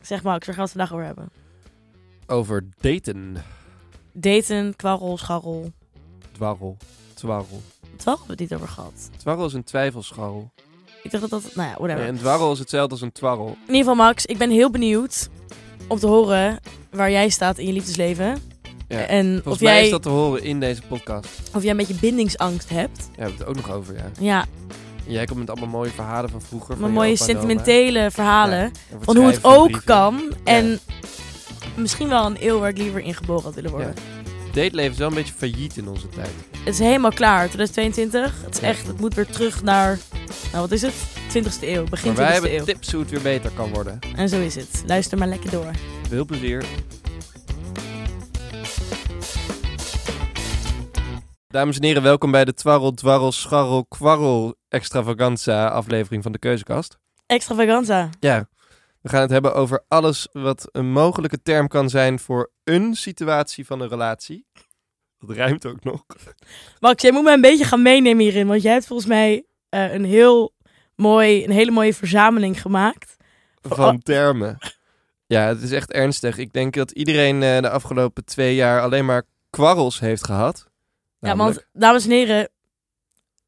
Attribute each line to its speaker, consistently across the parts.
Speaker 1: Zeg Max, waar gaan we het vandaag over hebben?
Speaker 2: Over daten.
Speaker 1: Daten, kwarrel, scharrel.
Speaker 2: Dwarrel. Twarrel.
Speaker 1: Toch hebben we het niet over gehad.
Speaker 2: Twarrel is een twijfelscharrel.
Speaker 1: Ik dacht dat dat... Nou ja,
Speaker 2: En
Speaker 1: whatever.
Speaker 2: een dwarrel is hetzelfde als een twarrel.
Speaker 1: In ieder geval Max, ik ben heel benieuwd om te horen waar jij staat in je liefdesleven.
Speaker 2: Ja.
Speaker 1: En of
Speaker 2: Volgens mij
Speaker 1: jij,
Speaker 2: is dat te horen in deze podcast. Ja,
Speaker 1: of jij een beetje bindingsangst hebt.
Speaker 2: we hebben het ook nog over, ja.
Speaker 1: Ja,
Speaker 2: En jij komt met allemaal mooie verhalen van vroeger.
Speaker 1: maar
Speaker 2: van
Speaker 1: mooie sentimentele verhalen. van
Speaker 2: Van
Speaker 1: hoe het ook kan. En misschien wel een eeuw waar ik liever in geboren had willen worden.
Speaker 2: Dateleven is wel een beetje failliet in onze tijd.
Speaker 1: Het is helemaal klaar, 2022. Het is
Speaker 2: Ja.
Speaker 1: echt, het moet weer terug naar, nou wat is het? 20e eeuw, begin
Speaker 2: maar wij
Speaker 1: 20e
Speaker 2: hebben
Speaker 1: eeuw.
Speaker 2: tips hoe het weer beter kan worden.
Speaker 1: En zo is het. Luister maar lekker door.
Speaker 2: Veel plezier. Dames en heren, welkom bij de Twarrel, Dwarrel, Scharrel, Kwarrel Extravaganza aflevering van de Keuzekast.
Speaker 1: Extravaganza.
Speaker 2: Ja, we gaan het hebben over alles wat een mogelijke term kan zijn voor een situatie van een relatie. Dat ruimt ook nog.
Speaker 1: Max, jij moet me een beetje gaan meenemen hierin. Want jij hebt volgens mij eh, een heel mooi, een hele mooie verzameling gemaakt. Oh.
Speaker 2: van termen. Ja, het is echt ernstig. Ik denk dat iedereen eh, de afgelopen twee jaar alleen maar kwarrels heeft gehad.
Speaker 1: Ja, want dames en heren,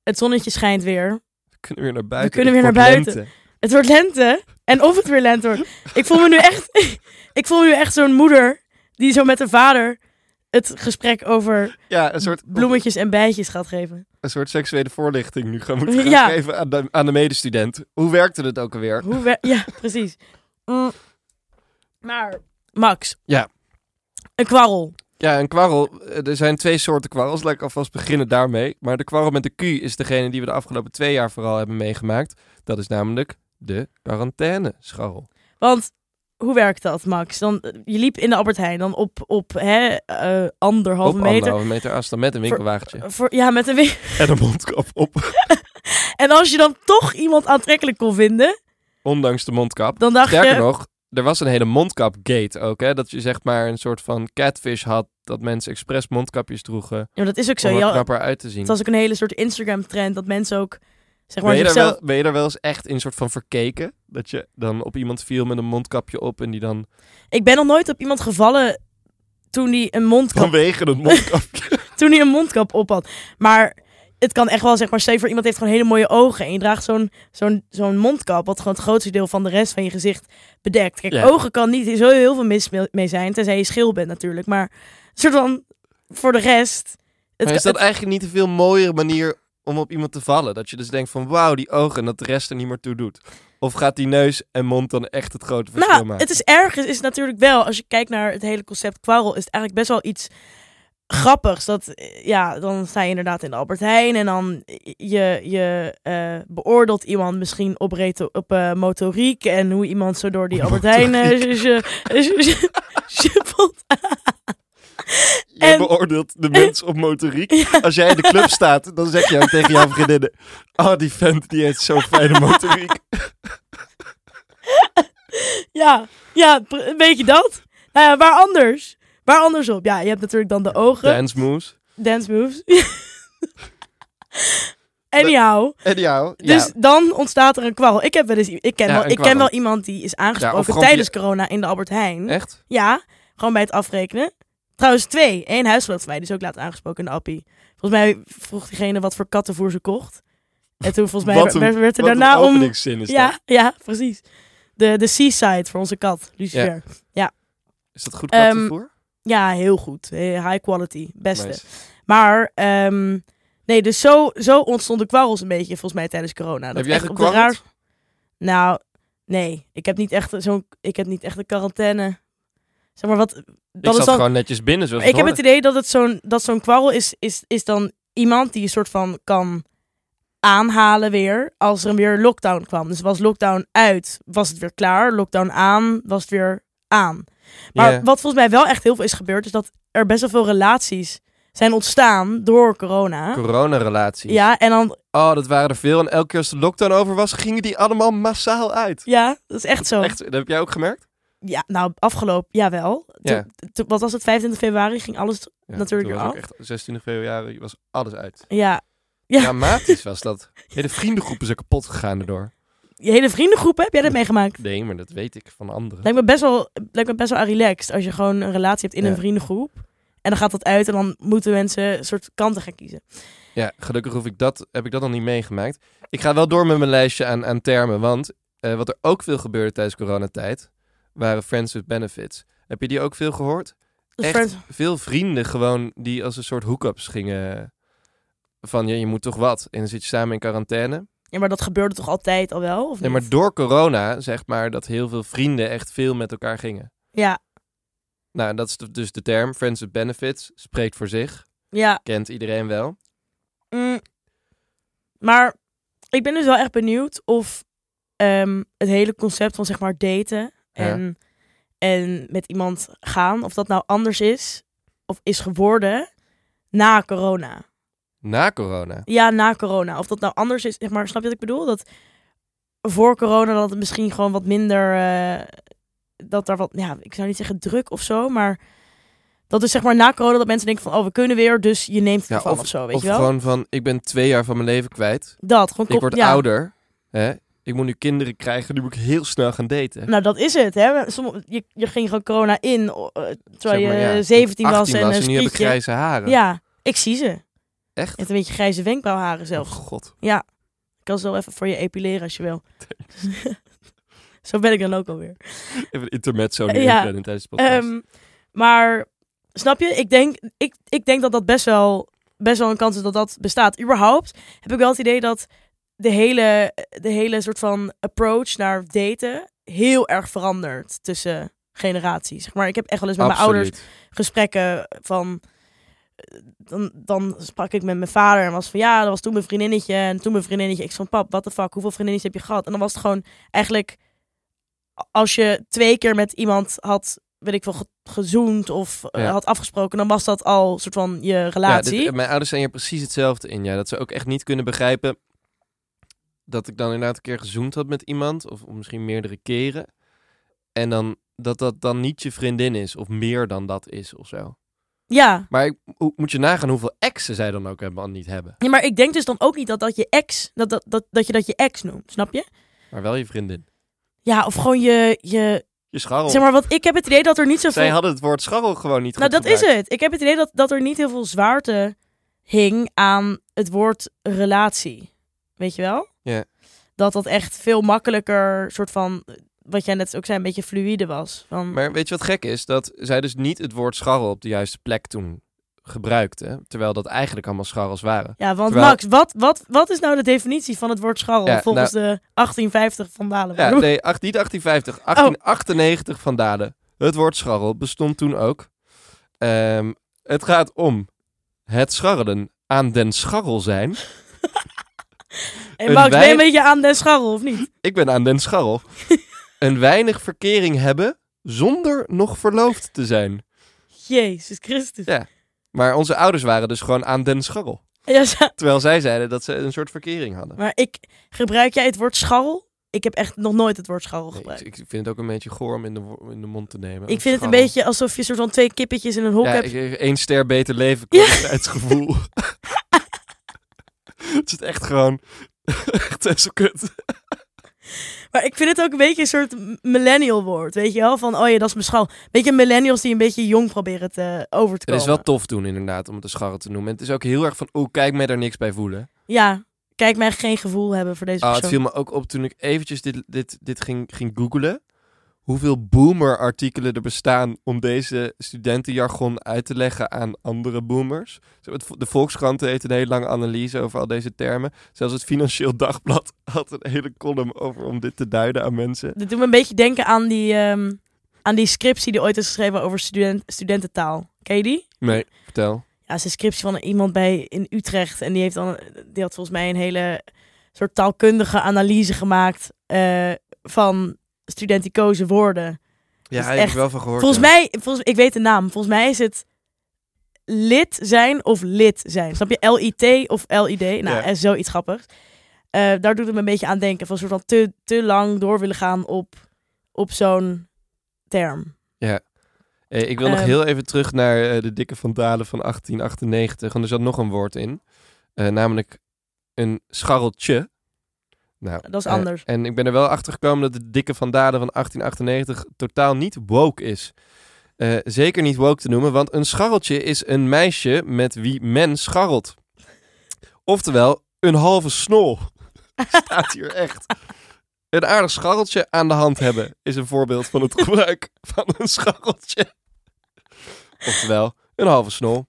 Speaker 1: het zonnetje schijnt weer.
Speaker 2: we kunnen weer naar buiten.
Speaker 1: kunnen
Speaker 2: Het
Speaker 1: weer
Speaker 2: wordt
Speaker 1: naar buiten.
Speaker 2: lente.
Speaker 1: Het wordt lente. En of het weer lente wordt. Ik voel me nu echt, ik voel me nu echt zo'n moeder die zo met de vader het gesprek over
Speaker 2: Ja, een soort,
Speaker 1: bloemetjes en bijtjes gaat geven.
Speaker 2: een soort seksuele voorlichting nu gaan moeten gaan
Speaker 1: Ja.
Speaker 2: geven aan de, aan de medestudent. Hoe werkte het ook alweer?
Speaker 1: Hoe wer- ja, precies. Mm. Maar, Max.
Speaker 2: Ja.
Speaker 1: Een kwarrel.
Speaker 2: Ja, een kwarrel. eh, Er zijn twee soorten kwarrels. Laat ik alvast beginnen daarmee. Maar de kwarrel met de Q is degene die we de afgelopen twee jaar vooral hebben meegemaakt. Dat is namelijk de quarantaine-scharrel.
Speaker 1: Want hoe werkt dat, Max? Dan, eh, je liep in de Albert Heijn dan op, op hè, eh, anderhalve
Speaker 2: Op
Speaker 1: meter.
Speaker 2: anderhalve meter afstand met een winkelwagentje.
Speaker 1: Voor, ja, met een win-
Speaker 2: En een mondkap op.
Speaker 1: En als je dan toch iemand aantrekkelijk kon vinden,
Speaker 2: Ondanks de mondkap.
Speaker 1: dan dacht
Speaker 2: Sterker
Speaker 1: je...
Speaker 2: nog, er was een hele mondkapgate ook. Hè? Dat je zeg maar een soort van catfish had. Dat mensen expres mondkapjes droegen.
Speaker 1: Ja, maar dat is ook zo.
Speaker 2: om er
Speaker 1: Ja,
Speaker 2: knapper uit te zien.
Speaker 1: het was ook een hele soort Instagram-trend dat mensen ook... Zeg maar,
Speaker 2: ben, je daar
Speaker 1: zichzelf...
Speaker 2: wel, ben je daar wel eens echt in soort van verkeken? Dat je dan op iemand viel met een mondkapje op. En die dan
Speaker 1: Ik ben nog nooit op iemand gevallen toen die een mondkap,
Speaker 2: vanwege het mondkapje.
Speaker 1: toen die een mondkap op had. Maar het kan echt wel, zeg maar, stel je voor iemand heeft gewoon hele mooie ogen. En je draagt zo'n zo'n zo'n mondkap, wat gewoon het grootste deel van de rest van je gezicht bedekt. Kijk,
Speaker 2: Ja.
Speaker 1: ogen kan niet zo heel veel mis me- mee zijn, tenzij je schil bent natuurlijk. Maar een soort van, voor de rest... Het,
Speaker 2: maar is
Speaker 1: kan-
Speaker 2: dat eigenlijk niet een veel mooiere manier om op iemand te vallen? Dat je dus denkt van wauw, die ogen. En dat de rest er niet meer toe doet. Of gaat die neus en mond dan echt het grote verschil
Speaker 1: Nou,
Speaker 2: maken?
Speaker 1: het is ergens, is het natuurlijk wel, als je kijkt naar het hele concept kwarrel, is het eigenlijk best wel iets grappigs. Dat, eh, ja, dan sta je inderdaad in de Albert Heijn en dan eh, je, je eh, beoordeelt iemand misschien op, reto- op eh, motoriek en hoe iemand zo door die Albert Heijn eh,
Speaker 2: Motoriek.
Speaker 1: z- z- z- schuppelt.
Speaker 2: Jij
Speaker 1: En-
Speaker 2: beoordeelt de mens op motoriek. Als jij in de club staat, dan zeg je ook tegen jouw vriendinnen... Oh, die vent die heeft zo'n fijne motoriek.
Speaker 1: Ja, ja, pr- een beetje dat. Nou ja, waar anders? Waar anders op? Ja, je hebt natuurlijk dan de ogen,
Speaker 2: Dance moves.
Speaker 1: dance moves. Anyhow.
Speaker 2: En jou?
Speaker 1: Dus
Speaker 2: ja.
Speaker 1: dan ontstaat er een kwarrel. Ik, heb wel eens, ik, ken,
Speaker 2: Ja,
Speaker 1: wel,
Speaker 2: een
Speaker 1: ik ken
Speaker 2: kwarrel.
Speaker 1: wel iemand die is
Speaker 2: Ja, of
Speaker 1: aangesproken
Speaker 2: gewoon
Speaker 1: tijdens corona in de Albert Heijn.
Speaker 2: Echt?
Speaker 1: Ja, gewoon bij het afrekenen. Trouwens, twee. Eén huisgenoot van mij, die is ook laat aangesproken in de appie. Volgens mij vroeg diegene wat voor kattenvoer ze kocht. En toen volgens mij
Speaker 2: Wat een-
Speaker 1: werd, werd er
Speaker 2: Wat een
Speaker 1: daarna om...
Speaker 2: openingszin is dat.
Speaker 1: Ja, ja, precies. De, de seaside voor onze kat, Lucifer. Ja,
Speaker 2: Is dat goed
Speaker 1: Ehm,
Speaker 2: kattenvoer?
Speaker 1: heel goed. Eh, High quality. Beste.
Speaker 2: Nice.
Speaker 1: Maar, ehm, nee, dus zo, zo ontstonden kwarrels een beetje volgens mij tijdens corona. Dat
Speaker 2: Heb jij
Speaker 1: echt op de
Speaker 2: gekwarreld?
Speaker 1: raar- Nou, nee. Ik heb niet echt zo'n... Ik heb niet echt een quarantaine... Zeg maar, wat...
Speaker 2: Ik
Speaker 1: Dat
Speaker 2: zat
Speaker 1: is dan,
Speaker 2: gewoon netjes binnen, zoals
Speaker 1: ik heb
Speaker 2: hoorde.
Speaker 1: het idee dat het zo'n dat zo'n kwarrel is, is, is dan iemand die een soort van kan aanhalen weer als er weer lockdown kwam. Dus was lockdown uit, was het weer klaar. Lockdown aan, was het weer aan. Maar
Speaker 2: Ja.
Speaker 1: wat volgens mij wel echt heel veel is gebeurd, is dat er best wel veel relaties zijn ontstaan door corona.
Speaker 2: Corona-relatie.
Speaker 1: Ja, en dan,
Speaker 2: Oh, dat waren er veel. En elke keer als de lockdown over was, gingen die allemaal massaal uit.
Speaker 1: ja, dat is echt zo.
Speaker 2: Echt, dat heb jij ook gemerkt?
Speaker 1: Ja, nou, afgelopen, jawel.
Speaker 2: Ja.
Speaker 1: Toen- toen- wat was het, 25 februari ging alles,
Speaker 2: Ja,
Speaker 1: Natuurlijk
Speaker 2: toen was ook
Speaker 1: af.
Speaker 2: echt 26 februari was alles uit.
Speaker 1: ja. Ja.
Speaker 2: Dramatisch was dat. Hele vriendengroep is er kapot gegaan daardoor.
Speaker 1: je hele vriendengroep, heb jij dat meegemaakt?
Speaker 2: Nee, maar dat weet ik van anderen.
Speaker 1: Lijkt me best wel, lijkt me best wel relaxed als je gewoon een relatie hebt in
Speaker 2: Ja.
Speaker 1: een vriendengroep. En dan gaat dat uit en dan moeten mensen een soort kanten gaan kiezen.
Speaker 2: Ja, gelukkig hoef ik dat, heb ik dat nog niet meegemaakt. Ik ga wel door met mijn lijstje aan, aan termen. Want eh, wat er ook veel gebeurde tijdens coronatijd, waren Friends with Benefits. Heb je die ook veel gehoord?
Speaker 1: Dus
Speaker 2: Echt
Speaker 1: friends-
Speaker 2: veel vrienden gewoon die als een soort hookups gingen. eh, Van ja, je moet toch wat. En dan zit je samen in quarantaine.
Speaker 1: Ja, maar dat gebeurde toch altijd al wel? Of
Speaker 2: Nee, maar
Speaker 1: niet?
Speaker 2: door corona zeg maar dat heel veel vrienden echt veel met elkaar gingen.
Speaker 1: Ja,
Speaker 2: Nou, dat is de- dus de term. Friends with Benefits spreekt voor zich.
Speaker 1: ja.
Speaker 2: Kent iedereen wel.
Speaker 1: mm. Maar ik ben dus wel echt benieuwd of ehm, het hele concept van zeg maar daten en, en met iemand gaan, of dat nou anders is of is geworden na corona.
Speaker 2: Na corona.
Speaker 1: Ja, na corona. Of dat nou anders is, zeg maar, snap je wat ik bedoel? Dat voor corona dat het misschien gewoon wat minder, eh, dat daar wat, ja, ik zou niet zeggen druk of zo, maar dat is zeg maar na corona dat mensen denken van, oh, we kunnen weer, dus je neemt het
Speaker 2: Ja,
Speaker 1: ervan of, zo, weet
Speaker 2: of
Speaker 1: je wel?
Speaker 2: gewoon van, ik ben twee jaar van mijn leven kwijt.
Speaker 1: dat, gewoon
Speaker 2: ik
Speaker 1: kop-
Speaker 2: word
Speaker 1: ja.
Speaker 2: ouder. Hè? Ik moet nu kinderen krijgen. Nu moet ik heel snel gaan daten.
Speaker 1: Nou, dat is het, hè? Sommige, je, je ging gewoon corona in, eh, terwijl
Speaker 2: Zeg maar,
Speaker 1: je
Speaker 2: ja,
Speaker 1: 17 was
Speaker 2: 18
Speaker 1: en een
Speaker 2: en nu heb ik
Speaker 1: spiekje.
Speaker 2: grijze haren.
Speaker 1: Ja, ik zie ze.
Speaker 2: Echt?
Speaker 1: Je hebt een beetje grijze wenkbrauwharen
Speaker 2: Oh
Speaker 1: zelfs.
Speaker 2: god.
Speaker 1: Ik kan ze wel even voor je epileren als je wil. zo ben ik dan ook alweer.
Speaker 2: Even een intermezzo nu
Speaker 1: Ja,
Speaker 2: inplannen tijdens de podcast.
Speaker 1: Ehm, maar snap je? Ik denk, ik, ik denk dat dat best wel, best wel een kans is dat dat bestaat. Überhaupt heb ik wel het idee dat de hele, de hele soort van approach naar daten heel erg verandert tussen generaties. Zeg maar ik heb echt wel eens met mijn
Speaker 2: Absoluut.
Speaker 1: ouders gesprekken van. eh, Dan, dan sprak ik met mijn vader en was van ja, dat was toen mijn vriendinnetje en toen mijn vriendinnetje. Ik zei van pap, wat de fuck, hoeveel vriendinnetjes heb je gehad? En dan was het gewoon eigenlijk als je twee keer met iemand had, weet ik veel, ge- gezoend of eh,
Speaker 2: Ja.
Speaker 1: had afgesproken, dan was dat al soort van je
Speaker 2: Ja,
Speaker 1: relatie.
Speaker 2: dit- eh, mijn ouders zijn hier precies hetzelfde in. Ja. Dat ze ook echt niet kunnen begrijpen dat ik dan inderdaad een keer gezoend had met iemand. Of misschien meerdere keren. En dan, dat dat dan niet je vriendin is. Of meer dan dat is of zo.
Speaker 1: ja.
Speaker 2: Maar ik- hoe- moet je nagaan hoeveel exen zij dan ook helemaal niet hebben.
Speaker 1: ja, maar ik denk dus dan ook niet dat dat je ex, dat, dat, dat, dat je dat je ex noemt, snap je?
Speaker 2: Maar wel je vriendin.
Speaker 1: Ja, of gewoon je, je
Speaker 2: Je scharrel.
Speaker 1: zeg maar, want ik heb het idee dat er niet zoveel...
Speaker 2: Oh. Zij hadden het woord scharrel gewoon niet
Speaker 1: Nou,
Speaker 2: goed
Speaker 1: dat is het. Ik heb het idee dat, dat er niet heel veel zwaarte hing aan het woord relatie. Weet je wel?
Speaker 2: Ja.
Speaker 1: Dat dat echt veel makkelijker, soort van, wat jij net ook zei, een beetje fluïde was. Van,
Speaker 2: Maar weet je wat gek is? Dat zij dus niet het woord scharrel op de juiste plek toen gebruikte. Terwijl dat eigenlijk allemaal scharrels waren.
Speaker 1: ja, want
Speaker 2: terwijl-
Speaker 1: Max, wat, wat, wat is nou de definitie van het woord scharrel
Speaker 2: Ja, nou-
Speaker 1: volgens de 1850 van Dalen?
Speaker 2: Ja, nee, acht, niet 1850. 1898 van Dalen. Het woord scharrel bestond toen ook. Ehm, het gaat om het scharrelen aan den scharrel zijn.
Speaker 1: en
Speaker 2: een
Speaker 1: Max, ben je een
Speaker 2: dus wij-
Speaker 1: beetje aan den scharrel of niet?
Speaker 2: Ik ben aan den scharrel. een weinig verkering hebben zonder nog verloofd te zijn.
Speaker 1: Jezus Christus.
Speaker 2: Ja. Maar onze ouders waren dus gewoon aan den scharrel.
Speaker 1: Ja, zo-
Speaker 2: Terwijl zij zeiden dat ze een soort verkering hadden.
Speaker 1: maar ik, gebruik jij het woord scharrel? Ik heb echt nog nooit het woord scharrel
Speaker 2: Nee,
Speaker 1: gebruikt.
Speaker 2: ik, ik vind het ook een beetje goor om in de, wo- in de mond te nemen.
Speaker 1: Ik vind het een
Speaker 2: Scharrel.
Speaker 1: beetje alsof je soort van twee kippetjes in een hok
Speaker 2: Ja,
Speaker 1: hebt.
Speaker 2: ik- ik- één ster beter leven kwaliteitsgevoel. het is echt gewoon... echt zo kut.
Speaker 1: Maar ik vind het ook een beetje een soort millennial woord, weet je wel? Van, oh ja, dat is mijn schal. Beetje millennials die een beetje jong proberen te, over te
Speaker 2: Het
Speaker 1: komen.
Speaker 2: is wel tof doen inderdaad om het een scharrel te noemen. Het is ook heel erg van... Oeh, kijk mij daar niks bij voelen.
Speaker 1: Ja, kijk mij geen gevoel hebben voor deze
Speaker 2: Ah, het
Speaker 1: persoon.
Speaker 2: viel me ook op toen ik eventjes dit, dit, dit ging, ging googlen. Hoeveel boomer-artikelen er bestaan om deze studentenjargon uit te leggen aan andere boomers. Zo, het vo- De Volkskrant heeft een hele lange analyse over al deze termen. Zelfs het Financieel Dagblad had een hele column over om dit te duiden aan mensen.
Speaker 1: Dit doet me een beetje denken aan die, ehm, aan die scriptie die ooit is geschreven over student, studententaal. Ken je die?
Speaker 2: Nee, vertel.
Speaker 1: Ja, het is een scriptie van iemand bij in Utrecht. En die, heeft dan, die had volgens mij een hele soort taalkundige analyse gemaakt eh, van studenticoze woorden.
Speaker 2: Ja,
Speaker 1: is
Speaker 2: daar heb ik
Speaker 1: echt-
Speaker 2: wel van gehoord.
Speaker 1: Volgens
Speaker 2: ja.
Speaker 1: mij, volgens, ik weet de naam. Volgens mij is het lid zijn of lid zijn. Snap je? L-I-T of L-I-D. Nou,
Speaker 2: Ja.
Speaker 1: en zoiets grappigs. Eh, daar doet het me een beetje aan denken. Van soort van te, te lang door willen gaan op, op zo'n term.
Speaker 2: Eh, ik wil nog
Speaker 1: Ehm.
Speaker 2: heel even terug naar eh, de dikke van Dalen van 1898. Want er zat nog een woord in. Eh, namelijk een scharreltje. Nou,
Speaker 1: Dat is
Speaker 2: eh,
Speaker 1: anders.
Speaker 2: en ik ben er wel achter gekomen dat de dikke Van Dalen van 1898 totaal niet woke is. Eh, zeker niet woke te noemen, want een scharreltje is een meisje met wie men scharrelt. Oftewel, een halve snol. Staat hier echt. Een aardig scharreltje aan de hand hebben is een voorbeeld van het gebruik van een scharreltje. Oftewel, een halve snol.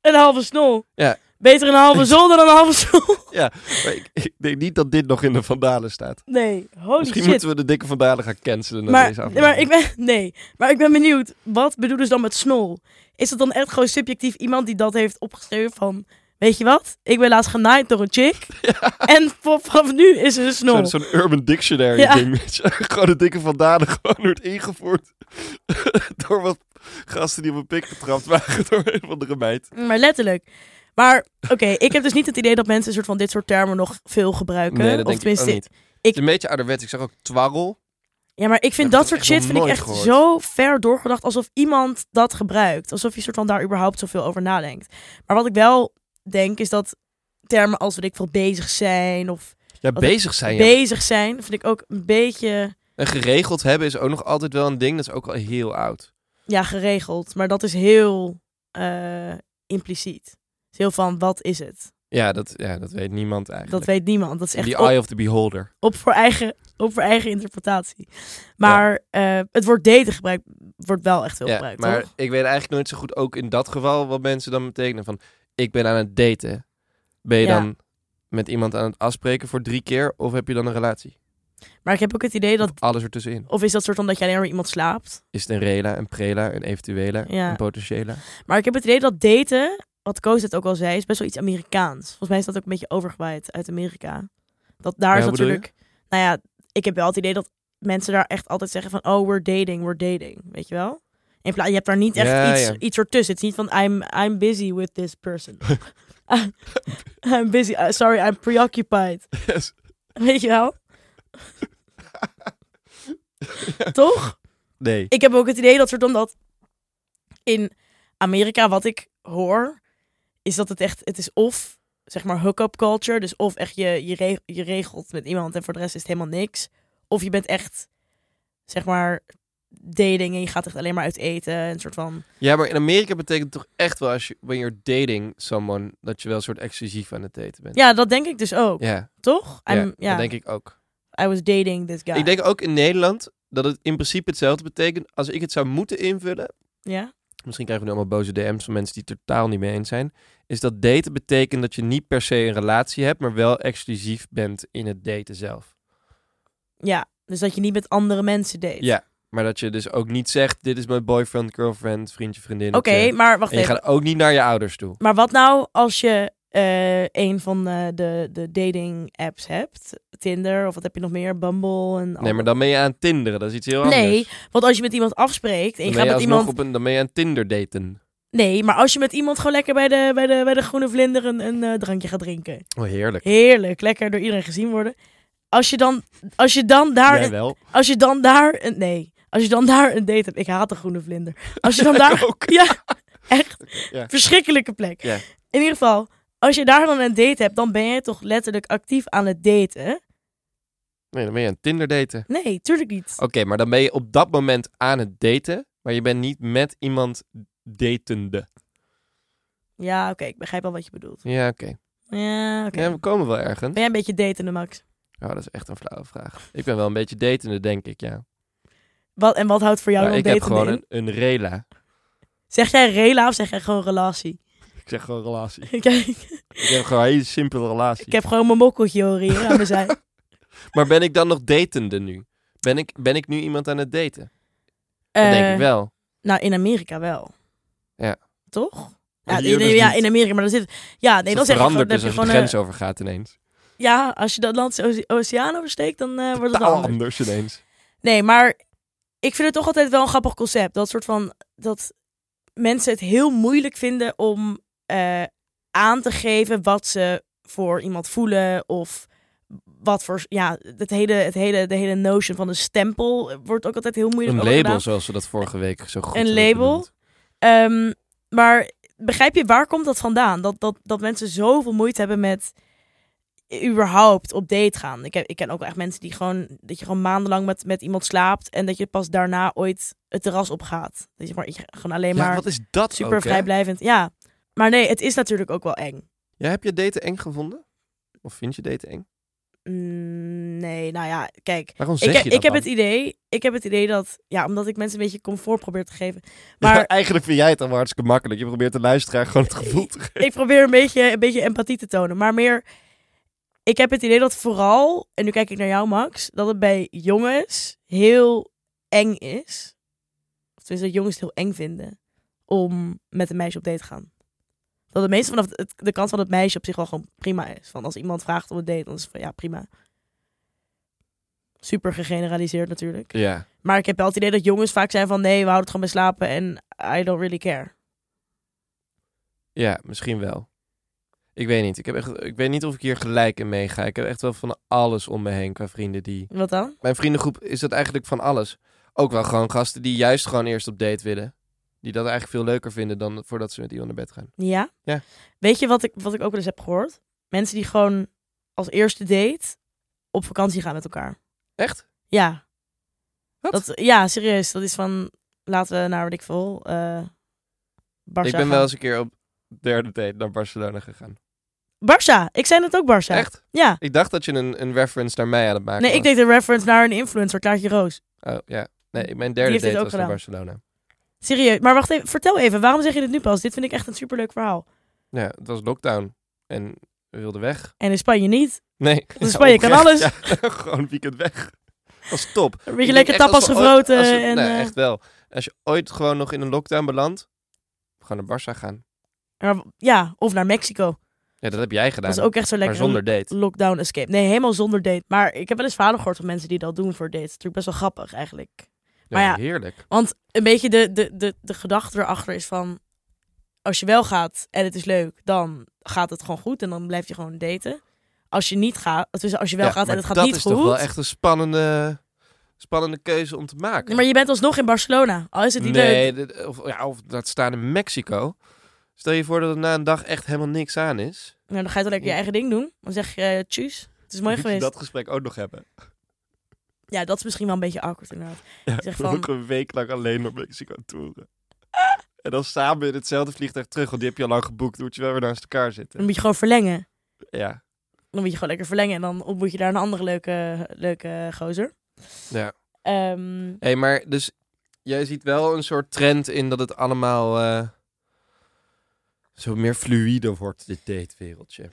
Speaker 1: Een halve snol.
Speaker 2: Ja.
Speaker 1: Beter een halve zol dan een halve snol.
Speaker 2: Maar ik, ik denk niet dat dit nog in de Vandalen staat.
Speaker 1: Nee, holy
Speaker 2: Misschien
Speaker 1: shit.
Speaker 2: moeten we de dikke Van Dalen gaan cancelen na
Speaker 1: maar,
Speaker 2: deze aflevering.
Speaker 1: maar ik ben, nee, maar ik ben benieuwd, wat bedoelen ze dan met snol? Is dat dan echt gewoon subjectief iemand die dat heeft opgeschreven van... Weet je wat? Ik ben laatst genaaid door een chick. En voor- vanaf nu is er een snol.
Speaker 2: Zo'n zo'n Urban Dictionary
Speaker 1: Ja.
Speaker 2: ding. weet je. gewoon de dikke Van Dalen gewoon wordt ingevoerd door wat gasten die op een pik getrapt waren door een van de meid.
Speaker 1: Maar letterlijk. Maar oké, ik heb dus niet het idee dat mensen een soort van dit soort termen nog veel gebruiken. of tenminste,
Speaker 2: Het is een beetje ouderwets. Ik zag ook twarrel.
Speaker 1: Ja, maar ik vind
Speaker 2: Heb
Speaker 1: dat
Speaker 2: ik toch
Speaker 1: soort
Speaker 2: echt
Speaker 1: shit
Speaker 2: nog
Speaker 1: vind ik
Speaker 2: nooit
Speaker 1: echt
Speaker 2: gehoord.
Speaker 1: zo ver doorgedacht alsof iemand dat gebruikt. Alsof je soort van daar überhaupt zoveel over nadenkt. Maar wat ik wel denk is dat termen als weet ik veel bezig zijn of
Speaker 2: Ja,
Speaker 1: Wat-
Speaker 2: bezig zijn. ja.
Speaker 1: bezig zijn vind ik ook een beetje
Speaker 2: En geregeld hebben is ook nog altijd wel een ding. Dat is ook al heel oud.
Speaker 1: ja, geregeld, maar dat is heel eh, impliciet. Het is heel van wat is het?
Speaker 2: Ja, dat, ja, dat weet niemand
Speaker 1: Dat
Speaker 2: eigenlijk.
Speaker 1: weet niemand. Dat is echt
Speaker 2: The
Speaker 1: op-
Speaker 2: eye of the beholder.
Speaker 1: op voor eigen, op voor eigen interpretatie. Maar eh, het woord daten gebruikt wordt wel echt veel
Speaker 2: Ja,
Speaker 1: gebruikt.
Speaker 2: maar
Speaker 1: toch?
Speaker 2: ik weet eigenlijk nooit zo goed, ook in dat geval, wat mensen dan betekenen. Van, ik ben aan het daten. Ben je
Speaker 1: Ja.
Speaker 2: dan met iemand aan het afspreken voor drie keer? Of heb je dan een relatie?
Speaker 1: Maar ik heb ook het idee dat.
Speaker 2: Of alles ertussenin.
Speaker 1: Of is dat soort van dat je alleen maar met iemand slaapt?
Speaker 2: Is het een rela, een prela, een eventuele,
Speaker 1: Ja.
Speaker 2: een potentiële?
Speaker 1: Maar ik heb het idee dat daten, wat Koos het ook al zei, is best wel iets Amerikaans. Volgens mij is dat ook een beetje overgewaaid uit Amerika. Dat daar
Speaker 2: Ja,
Speaker 1: is
Speaker 2: hoe bedoel je?
Speaker 1: natuurlijk. Nou ja, ik heb wel het idee dat mensen daar echt altijd zeggen van oh, we're dating, we're dating. Weet je wel? In plaats, je hebt daar niet echt
Speaker 2: Ja,
Speaker 1: iets,
Speaker 2: ja.
Speaker 1: iets ertussen. Het is niet van I'm, I'm busy with this person. I'm busy. uh, sorry, I'm preoccupied.
Speaker 2: Yes.
Speaker 1: Weet je wel? Toch?
Speaker 2: Nee.
Speaker 1: ik heb ook het idee dat soort omdat in Amerika wat ik hoor is dat het echt het is of zeg maar hookup culture, dus of echt je je, re- je regelt met iemand en voor de rest is het helemaal niks, of je bent echt zeg maar dating en je gaat echt alleen maar uit eten en een soort van
Speaker 2: Ja, maar in Amerika betekent het toch echt wel, als je, when you're dating someone, dat je wel een soort exclusief aan het daten bent.
Speaker 1: ja dat denk ik dus ook
Speaker 2: Ja,
Speaker 1: toch
Speaker 2: ja,
Speaker 1: I'm- ja,
Speaker 2: dat denk ik ook.
Speaker 1: I was dating this guy
Speaker 2: Ik denk ook in Nederland dat het in principe hetzelfde betekent. Als ik het zou moeten invullen,
Speaker 1: ja
Speaker 2: misschien krijgen we nu allemaal boze DM's van mensen die het totaal niet mee eens zijn, is dat daten betekent dat je niet per se een relatie hebt, maar wel exclusief bent in het daten zelf.
Speaker 1: ja dus dat je niet met andere mensen date
Speaker 2: Ja, maar dat je dus ook niet zegt, dit is mijn boyfriend, girlfriend, vriendje, vriendin.
Speaker 1: oké maar wacht
Speaker 2: En je
Speaker 1: even
Speaker 2: gaat ook niet naar je ouders toe.
Speaker 1: Maar wat nou als je eh, een van eh, de, de dating apps hebt? Tinder of wat heb je nog meer? Bumble en
Speaker 2: Nee, maar dan ben je aan het tinderen, dat is iets heel anders.
Speaker 1: Nee, Want als je met iemand afspreekt en je
Speaker 2: dan
Speaker 1: gaat
Speaker 2: ben je
Speaker 1: met
Speaker 2: alsnog
Speaker 1: iemand...
Speaker 2: op een, dan ben je aan het Tinder daten.
Speaker 1: Nee, maar als je met iemand gewoon lekker bij de, bij de, bij de groene vlinder een, een eh, drankje gaat drinken.
Speaker 2: Oh, heerlijk.
Speaker 1: Heerlijk, lekker door iedereen gezien worden. Als je dan, als je dan daar...
Speaker 2: Jij wel.
Speaker 1: Als je dan daar... Een, nee, als je dan daar een date hebt. Ik haat de groene vlinder. Als je dan daar
Speaker 2: ook.
Speaker 1: Ja, echt.
Speaker 2: Ja.
Speaker 1: Verschrikkelijke plek.
Speaker 2: Ja.
Speaker 1: In ieder geval, als je daar dan een date hebt, dan ben je toch letterlijk actief aan het daten?
Speaker 2: Nee, dan ben je aan het Tinder daten.
Speaker 1: Nee, tuurlijk niet.
Speaker 2: Oké, maar dan ben je op dat moment aan het daten, maar je bent niet met iemand datende.
Speaker 1: Ja, oké, ik begrijp al wat je bedoelt.
Speaker 2: Ja, oké.
Speaker 1: Ja, oké.
Speaker 2: Ja, we komen wel ergens.
Speaker 1: Ben jij een beetje datende, Max?
Speaker 2: Oh, dat is echt een flauwe vraag. Ik ben wel een beetje datende, denk ik, ja.
Speaker 1: Wat, en wat houdt voor jou
Speaker 2: Maar
Speaker 1: dan
Speaker 2: ik
Speaker 1: datende
Speaker 2: heb gewoon
Speaker 1: in?
Speaker 2: een, een rela.
Speaker 1: Zeg jij rela of zeg jij gewoon relatie?
Speaker 2: Ik zeg gewoon relatie.
Speaker 1: Kijk,
Speaker 2: Ik heb gewoon een hele simpele relatie.
Speaker 1: ik heb gewoon mijn mokkeltje horen hier aan mijn zij.
Speaker 2: Maar ben ik dan nog datende nu? Ben ik, ben ik nu iemand aan het daten? Dat denk
Speaker 1: Eh,
Speaker 2: ik wel.
Speaker 1: Nou, in Amerika wel.
Speaker 2: Ja.
Speaker 1: Toch?
Speaker 2: Maar
Speaker 1: Ja,
Speaker 2: hier
Speaker 1: in,
Speaker 2: dus
Speaker 1: ja,
Speaker 2: niet.
Speaker 1: in Amerika, maar dan zit... Ja, nee, dan
Speaker 2: dat
Speaker 1: zeg je gewoon...
Speaker 2: verandert
Speaker 1: dan
Speaker 2: dus
Speaker 1: heb je
Speaker 2: als je de
Speaker 1: gewoon,
Speaker 2: grens overgaat ineens.
Speaker 1: eh, ja, als je de Atlantische Oce- Oceaan oversteekt, dan eh, wordt het
Speaker 2: Totaal
Speaker 1: anders.
Speaker 2: anders ineens.
Speaker 1: Nee, maar ik vind het toch altijd wel een grappig concept. Dat soort van dat mensen het heel moeilijk vinden om eh, aan te geven wat ze voor iemand voelen of wat voor ja het hele het hele de hele notion van een stempel wordt ook altijd heel moeilijk
Speaker 2: Een
Speaker 1: over
Speaker 2: label,
Speaker 1: gedaan.
Speaker 2: zoals we dat vorige week zo goed
Speaker 1: Een
Speaker 2: hebben
Speaker 1: label?
Speaker 2: benoemd.
Speaker 1: Ehm, maar begrijp je, waar komt dat vandaan? Dat, dat, dat mensen zoveel moeite hebben met überhaupt op date gaan. Ik, heb, ik ken ook wel echt mensen die gewoon, dat je gewoon maandenlang met, met iemand slaapt en dat je pas daarna ooit het terras op gaat. Dat je maar je gewoon alleen
Speaker 2: Ja,
Speaker 1: maar
Speaker 2: wat is dat
Speaker 1: super
Speaker 2: ook, hè?
Speaker 1: vrijblijvend. Ja, maar nee, het is natuurlijk ook wel eng.
Speaker 2: Ja, heb je daten eng gevonden? Of vind je daten eng?
Speaker 1: Mm, Nee, nou ja, kijk.
Speaker 2: Waarom zeg
Speaker 1: Ik,
Speaker 2: je
Speaker 1: ik
Speaker 2: dat
Speaker 1: heb
Speaker 2: dan?
Speaker 1: het idee, ik heb het idee dat, ja, omdat ik mensen een beetje comfort probeer te geven.
Speaker 2: Ja,
Speaker 1: Maar
Speaker 2: eigenlijk vind jij het dan wel hartstikke makkelijk. Je probeert de luisteraar gewoon het gevoel te geven.
Speaker 1: ik probeer een beetje, een beetje empathie te tonen. Maar meer, ik heb het idee dat vooral, en nu kijk ik naar jou Max, dat het bij jongens heel eng is. Of tenminste, dat jongens het heel eng vinden om met een meisje op date te gaan. Dat het meestal vanaf het- de kant van het meisje op zich wel gewoon prima is. Van als iemand vraagt om een date, dan is het van ja, prima. Super gegeneraliseerd natuurlijk.
Speaker 2: Ja.
Speaker 1: Maar ik heb wel het idee dat jongens vaak zijn van nee, we houden het gewoon bij slapen en I don't really care.
Speaker 2: ja, misschien wel. Ik weet niet. Ik, heb echt, ik weet niet of ik hier gelijk in meega. Ik heb echt wel van alles om me heen qua vrienden die...
Speaker 1: Wat dan?
Speaker 2: Mijn vriendengroep is dat eigenlijk van alles. Ook wel gewoon gasten die juist gewoon eerst op date willen. Die dat eigenlijk veel leuker vinden dan voordat ze met iemand naar bed gaan.
Speaker 1: Ja?
Speaker 2: Ja.
Speaker 1: Weet je wat ik, wat ik ook wel eens heb gehoord? Mensen die gewoon als eerste date op vakantie gaan met elkaar.
Speaker 2: Echt?
Speaker 1: Ja.
Speaker 2: Wat?
Speaker 1: Dat, ja, serieus. Dat is van, laten we naar, weet ik veel, eh Barça
Speaker 2: ik ben wel eens een keer op derde date naar Barcelona gegaan.
Speaker 1: Barça! Ik zei net ook Barça.
Speaker 2: Echt?
Speaker 1: Ja.
Speaker 2: Ik dacht dat je een, een reference naar mij aan het maken
Speaker 1: Nee, ik
Speaker 2: was.
Speaker 1: deed een reference naar een influencer, Klaartje Roos.
Speaker 2: Oh, ja. Nee, mijn
Speaker 1: heeft
Speaker 2: derde
Speaker 1: dit
Speaker 2: date was
Speaker 1: ook
Speaker 2: naar
Speaker 1: gedaan.
Speaker 2: Barcelona.
Speaker 1: Serieus. Maar wacht even, vertel even, waarom zeg je dit nu pas? Dit vind ik echt een superleuk verhaal.
Speaker 2: Ja, het was lockdown. En we wilden weg.
Speaker 1: En in Spanje niet.
Speaker 2: Nee.
Speaker 1: Dus Spanje kan
Speaker 2: oprecht,
Speaker 1: alles.
Speaker 2: ja. gewoon een weekend weg. was top.
Speaker 1: Een
Speaker 2: Ik
Speaker 1: beetje
Speaker 2: denk
Speaker 1: lekker
Speaker 2: echt als
Speaker 1: tapas
Speaker 2: we ooit-
Speaker 1: gevroten.
Speaker 2: als we-
Speaker 1: en,
Speaker 2: nee,
Speaker 1: eh,
Speaker 2: echt wel. Als je ooit gewoon nog in een lockdown belandt, we gaan naar Barça gaan.
Speaker 1: maar- ja, of naar Mexico.
Speaker 2: Ja, dat heb jij
Speaker 1: Dat
Speaker 2: gedaan.
Speaker 1: is ook echt zo
Speaker 2: maar
Speaker 1: lekker.
Speaker 2: zonder date.
Speaker 1: lockdown escape. Nee, helemaal zonder date. Maar ik heb wel eens verhalen gehoord van mensen die dat doen voor dates. Natuurlijk best wel grappig eigenlijk.
Speaker 2: Ja,
Speaker 1: maar ja.
Speaker 2: Heerlijk.
Speaker 1: Want een beetje de, de, de, de gedachte erachter is van... Als je wel gaat en het is leuk, dan gaat het gewoon goed. En dan blijf je gewoon daten. Als je niet gaat, dus als je wel
Speaker 2: Ja,
Speaker 1: gaat en
Speaker 2: maar
Speaker 1: het gaat
Speaker 2: dat
Speaker 1: niet
Speaker 2: is
Speaker 1: goed.
Speaker 2: toch wel echt een spannende, spannende keuze om te maken.
Speaker 1: Nee, Maar je bent alsnog in Barcelona. Al is het niet leuk.
Speaker 2: nee, dit- of, ja, of dat staan in Mexico. Stel je voor dat er na een dag echt helemaal niks aan is.
Speaker 1: Nou, dan ga je toch lekker je eigen ding doen. Dan zeg je eh, tjus. Het is mooi
Speaker 2: Moet je
Speaker 1: geweest.
Speaker 2: dat gesprek ook nog hebben.
Speaker 1: Ja, dat is misschien wel een beetje awkward inderdaad.
Speaker 2: Ja,
Speaker 1: zeg
Speaker 2: we
Speaker 1: van-
Speaker 2: ook een week lang alleen naar Mexico toeren. En dan samen in hetzelfde vliegtuig terug, want die heb je al lang geboekt. Dan moet je wel weer naast elkaar
Speaker 1: Dan
Speaker 2: zitten.
Speaker 1: moet je gewoon verlengen.
Speaker 2: Ja.
Speaker 1: Dan moet je gewoon lekker verlengen. En dan ontmoet je daar een andere leuke, leuke gozer.
Speaker 2: Ja.
Speaker 1: Ehm,
Speaker 2: Hé, maar dus jij ziet wel een soort trend in dat het allemaal eh, zo meer fluïde wordt, dit datewereldje.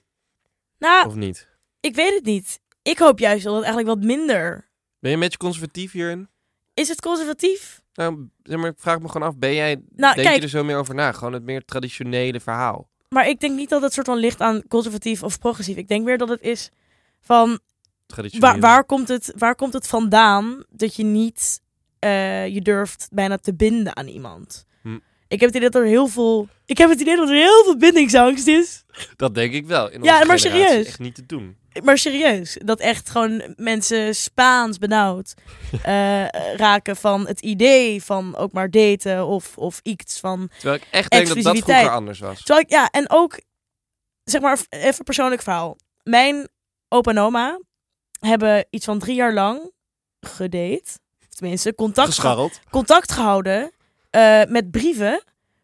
Speaker 1: nou,
Speaker 2: Of niet?
Speaker 1: ik weet het niet. Ik hoop juist dat het eigenlijk wat minder.
Speaker 2: Ben je een beetje conservatief hierin?
Speaker 1: Is het conservatief?
Speaker 2: Nou, zeg maar, ik vraag me gewoon af, ben jij,
Speaker 1: Nou,
Speaker 2: denk je
Speaker 1: kijk.
Speaker 2: er zo meer over na? Gewoon het meer traditionele verhaal.
Speaker 1: Maar ik denk niet dat het soort van ligt aan conservatief of progressief. Ik denk meer dat het is van
Speaker 2: Traditioneel.
Speaker 1: waar, waar, komt, het, waar komt het vandaan dat je niet eh, je durft bijna te binden aan iemand.
Speaker 2: Hm.
Speaker 1: Ik heb het idee dat er heel veel. Ik heb het idee dat er heel veel bindingsangst is.
Speaker 2: Dat denk ik wel. In
Speaker 1: Ja,
Speaker 2: onze
Speaker 1: maar
Speaker 2: generatie
Speaker 1: serieus.
Speaker 2: Echt niet te doen.
Speaker 1: Maar serieus, dat echt gewoon mensen Spaans benauwd eh, raken van het idee van ook maar daten of, of iets van.
Speaker 2: Terwijl ik echt denk dat dat
Speaker 1: Exclusiviteit.
Speaker 2: vroeger anders was.
Speaker 1: Terwijl ik, ja, en ook, zeg maar, even een persoonlijk verhaal. Mijn opa en oma hebben iets van drie jaar lang gedate, of tenminste contact,
Speaker 2: Gescharreld.
Speaker 1: contact gehouden eh, met brieven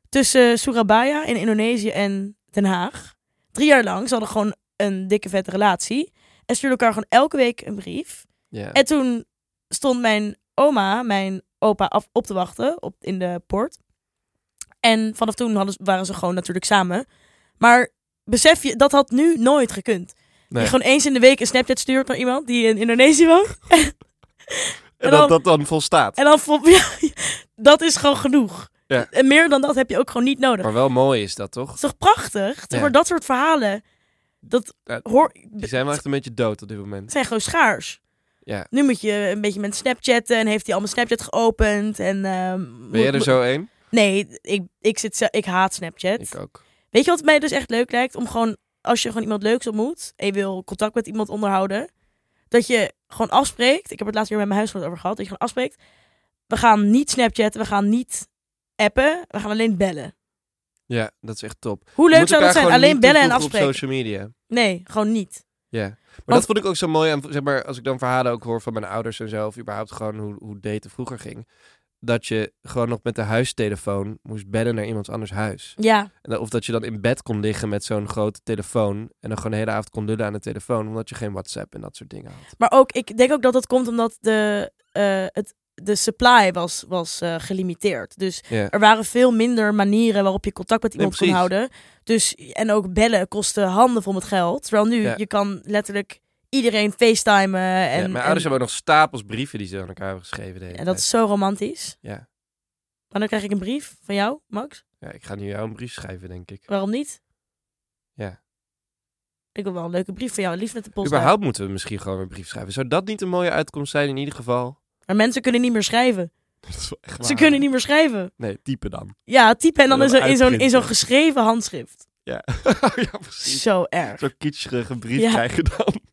Speaker 1: tussen Surabaya in Indonesië en Den Haag. Drie jaar lang, ze hadden gewoon een dikke vette relatie. En stuurden elkaar gewoon elke week een brief.
Speaker 2: Ja.
Speaker 1: En toen stond mijn oma, mijn opa, af, op te wachten op, in de poort. En vanaf toen hadden, ze- waren ze gewoon natuurlijk samen. Maar besef je, dat had nu nooit gekund.
Speaker 2: Nee.
Speaker 1: Je gewoon eens in de week een Snapchat stuurt naar iemand die in Indonesië woont.
Speaker 2: En
Speaker 1: En
Speaker 2: dat
Speaker 1: dan-
Speaker 2: dat dan volstaat.
Speaker 1: En dan vond ja, dat is gewoon genoeg.
Speaker 2: Ja.
Speaker 1: En meer dan dat heb je ook gewoon niet nodig.
Speaker 2: Maar wel mooi is dat, toch?
Speaker 1: Het is toch prachtig? Zeg
Speaker 2: Ja.
Speaker 1: maar dat soort verhalen, dat
Speaker 2: Ja,
Speaker 1: hoor,
Speaker 2: Die zijn wel echt een beetje dood op dit moment.
Speaker 1: zijn gewoon schaars.
Speaker 2: Ja.
Speaker 1: Nu moet je een beetje met Snapchatten en heeft hij allemaal Snapchat geopend. En, ehm,
Speaker 2: Ben jij
Speaker 1: moet-
Speaker 2: er zo een?
Speaker 1: Nee, ik, ik, zit, ze- ik haat Snapchat.
Speaker 2: Ik ook.
Speaker 1: Weet je wat mij dus echt leuk lijkt? Om gewoon, als je gewoon iemand leuks ontmoet en je wil contact met iemand onderhouden, dat je gewoon afspreekt. Ik heb het laatst weer met mijn huisgenoot over gehad. Dat je gewoon afspreekt. We gaan niet Snapchatten, we gaan niet appen, we gaan alleen bellen.
Speaker 2: Ja, dat is echt top.
Speaker 1: Hoe
Speaker 2: We
Speaker 1: leuk
Speaker 2: moeten
Speaker 1: zou dat
Speaker 2: elkaar
Speaker 1: zijn?
Speaker 2: gewoon
Speaker 1: Alleen
Speaker 2: niet
Speaker 1: bellen en
Speaker 2: toevoegen
Speaker 1: afspreken.
Speaker 2: op social media.
Speaker 1: Nee, gewoon niet.
Speaker 2: Ja. Maar
Speaker 1: Want-
Speaker 2: dat vond ik ook zo mooi aan, zeg maar, als ik dan verhalen ook hoor van mijn ouders en zelf, überhaupt gewoon hoe, hoe daten vroeger ging. Dat je gewoon nog met de huistelefoon moest bellen naar iemands anders huis.
Speaker 1: Ja,
Speaker 2: En dat- of dat je dan in bed kon liggen met zo'n grote telefoon en dan gewoon de hele avond kon lullen aan de telefoon, omdat je geen WhatsApp en dat soort dingen had.
Speaker 1: maar ook, ik denk ook dat dat komt omdat de, eh, het, de supply was, was eh, gelimiteerd. Dus
Speaker 2: Ja.
Speaker 1: er waren veel minder manieren waarop je contact met
Speaker 2: Nee,
Speaker 1: iemand kon
Speaker 2: precies.
Speaker 1: houden. Dus, en ook bellen kostte handen vol met geld. Terwijl nu,
Speaker 2: Ja.
Speaker 1: je kan letterlijk iedereen facetimen. En,
Speaker 2: Ja,
Speaker 1: en,
Speaker 2: mijn ouders hebben ook nog stapels brieven die ze aan elkaar hebben geschreven. De hele
Speaker 1: en dat is zo romantisch.
Speaker 2: tijd. ja.
Speaker 1: Maar dan krijg ik een brief van jou, Max.
Speaker 2: ja, ik ga nu jou een brief schrijven, denk ik.
Speaker 1: Waarom niet?
Speaker 2: Ja.
Speaker 1: Ik wil wel een leuke brief van jou, liefst met de post.
Speaker 2: Überhaupt moeten we misschien gewoon een brief schrijven. Zou dat niet een mooie uitkomst zijn in ieder geval?
Speaker 1: Maar mensen kunnen niet meer schrijven.
Speaker 2: Dat is wel echt
Speaker 1: Ze
Speaker 2: waar.
Speaker 1: kunnen niet meer schrijven.
Speaker 2: Nee, typen dan.
Speaker 1: Ja, typen en dan in
Speaker 2: En dan
Speaker 1: zo- in zo'n in zo'n
Speaker 2: uitprinten.
Speaker 1: geschreven handschrift.
Speaker 2: Ja, ja precies.
Speaker 1: Zo erg.
Speaker 2: Zo'n kitscherige brief
Speaker 1: Oh, Ja.
Speaker 2: krijg je dan.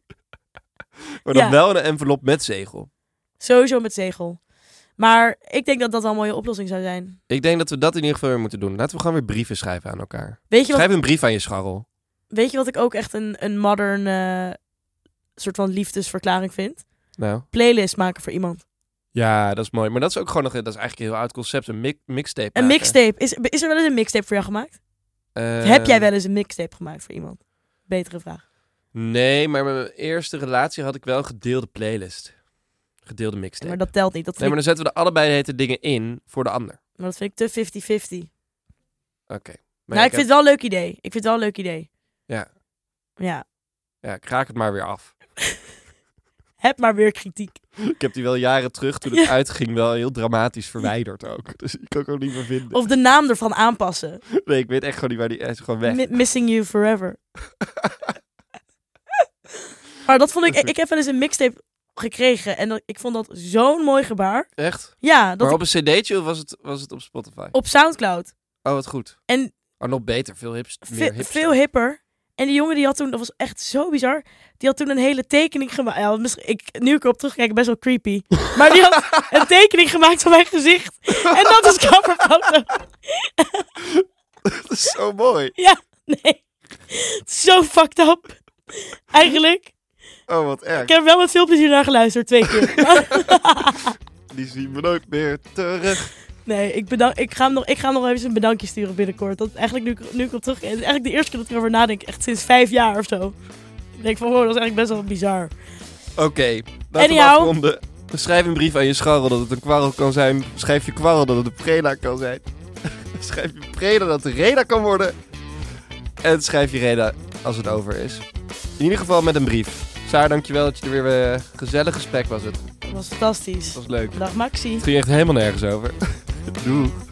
Speaker 2: maar dan
Speaker 1: Ja.
Speaker 2: wel in een envelop met zegel.
Speaker 1: Sowieso met zegel. Maar ik denk dat dat wel een mooie oplossing zou zijn.
Speaker 2: Ik denk dat we dat in ieder geval weer moeten doen. Laten we gewoon weer brieven schrijven aan elkaar.
Speaker 1: Weet je wat,
Speaker 2: Schrijf een brief aan je scharrel.
Speaker 1: weet je wat ik ook echt een, een modern eh, soort van liefdesverklaring vind?
Speaker 2: Nou.
Speaker 1: Playlist maken voor iemand.
Speaker 2: Ja, dat is mooi. Maar dat is ook gewoon nog, dat is eigenlijk een heel oud concept. Een mi- mixtape
Speaker 1: Een
Speaker 2: maken.
Speaker 1: mixtape. Is, is er wel eens een mixtape voor jou gemaakt?
Speaker 2: Eh,
Speaker 1: Of heb jij wel eens een mixtape gemaakt voor iemand? Betere vraag.
Speaker 2: Nee, maar met mijn eerste relatie had ik wel een gedeelde playlist. Gedeelde mixtape.
Speaker 1: Maar dat telt niet. Dat
Speaker 2: Nee,
Speaker 1: vind,
Speaker 2: maar dan zetten we er allebei de hete dingen in voor de ander.
Speaker 1: ik, maar dat vind ik te 50-50.
Speaker 2: Oké. Maar
Speaker 1: Nou, ik
Speaker 2: ik heb-
Speaker 1: vind het wel een leuk idee. Ik vind het wel een leuk idee.
Speaker 2: Ja.
Speaker 1: Ja.
Speaker 2: Ja, ik raak het maar weer af.
Speaker 1: Heb maar weer kritiek.
Speaker 2: Ik heb die wel jaren terug, toen het uitging, wel heel dramatisch verwijderd ook. Dus ik kan ik ook niet meer vinden.
Speaker 1: Of de naam ervan aanpassen.
Speaker 2: Nee, ik weet echt gewoon niet waar die... Hij is gewoon weg.
Speaker 1: Mi- missing you forever. maar dat vond ik... Ik heb wel eens een mixtape gekregen. En dat, ik vond dat zo'n mooi gebaar.
Speaker 2: Echt?
Speaker 1: Ja, dat
Speaker 2: maar
Speaker 1: ik-
Speaker 2: op een cd'tje of was het, was het op Spotify?
Speaker 1: op Soundcloud.
Speaker 2: Oh, wat goed.
Speaker 1: En-
Speaker 2: Oh, nog beter. Veel hips,
Speaker 1: Ve-
Speaker 2: meer hipster.
Speaker 1: veel hipper. En die jongen die had toen... Dat was echt zo bizar. Die had toen een hele tekening gemaakt. Ja, misschien, ik, nu ik erop terugkijk, best wel creepy. Maar die had een tekening gemaakt van mijn gezicht. En dat is coverfoto.
Speaker 2: dat is zo mooi.
Speaker 1: Nee. Het is Zo fucked up. Eigenlijk.
Speaker 2: Oh, wat erg.
Speaker 1: Ik heb er wel met veel plezier naar geluisterd, twee keer.
Speaker 2: Die zien we nooit meer terug.
Speaker 1: nee, ik, bedank, ik, ga hem nog, ik ga hem nog even een bedankje sturen binnenkort. Dat eigenlijk nu, ik- nu ik op terug... Het is eigenlijk de eerste keer dat ik erover nadenk. Echt sinds vijf jaar of zo. Ik denk van, wow, dat is eigenlijk best wel bizar.
Speaker 2: Oké, laten we
Speaker 1: Anyhow.
Speaker 2: afronden. Schrijf een brief aan je scharrel dat het een kwarrel kan zijn. Schrijf je kwarrel dat het een prela kan zijn. Schrijf je prela dat het een reda kan worden. En schrijf je reda als het over is. In ieder geval met een brief. Saar, dankjewel dat je er weer... eh, gezellig gesprek was het.
Speaker 1: Dat was fantastisch.
Speaker 2: was leuk.
Speaker 1: Dag Maxi.
Speaker 2: Het ging echt helemaal nergens over. Doei.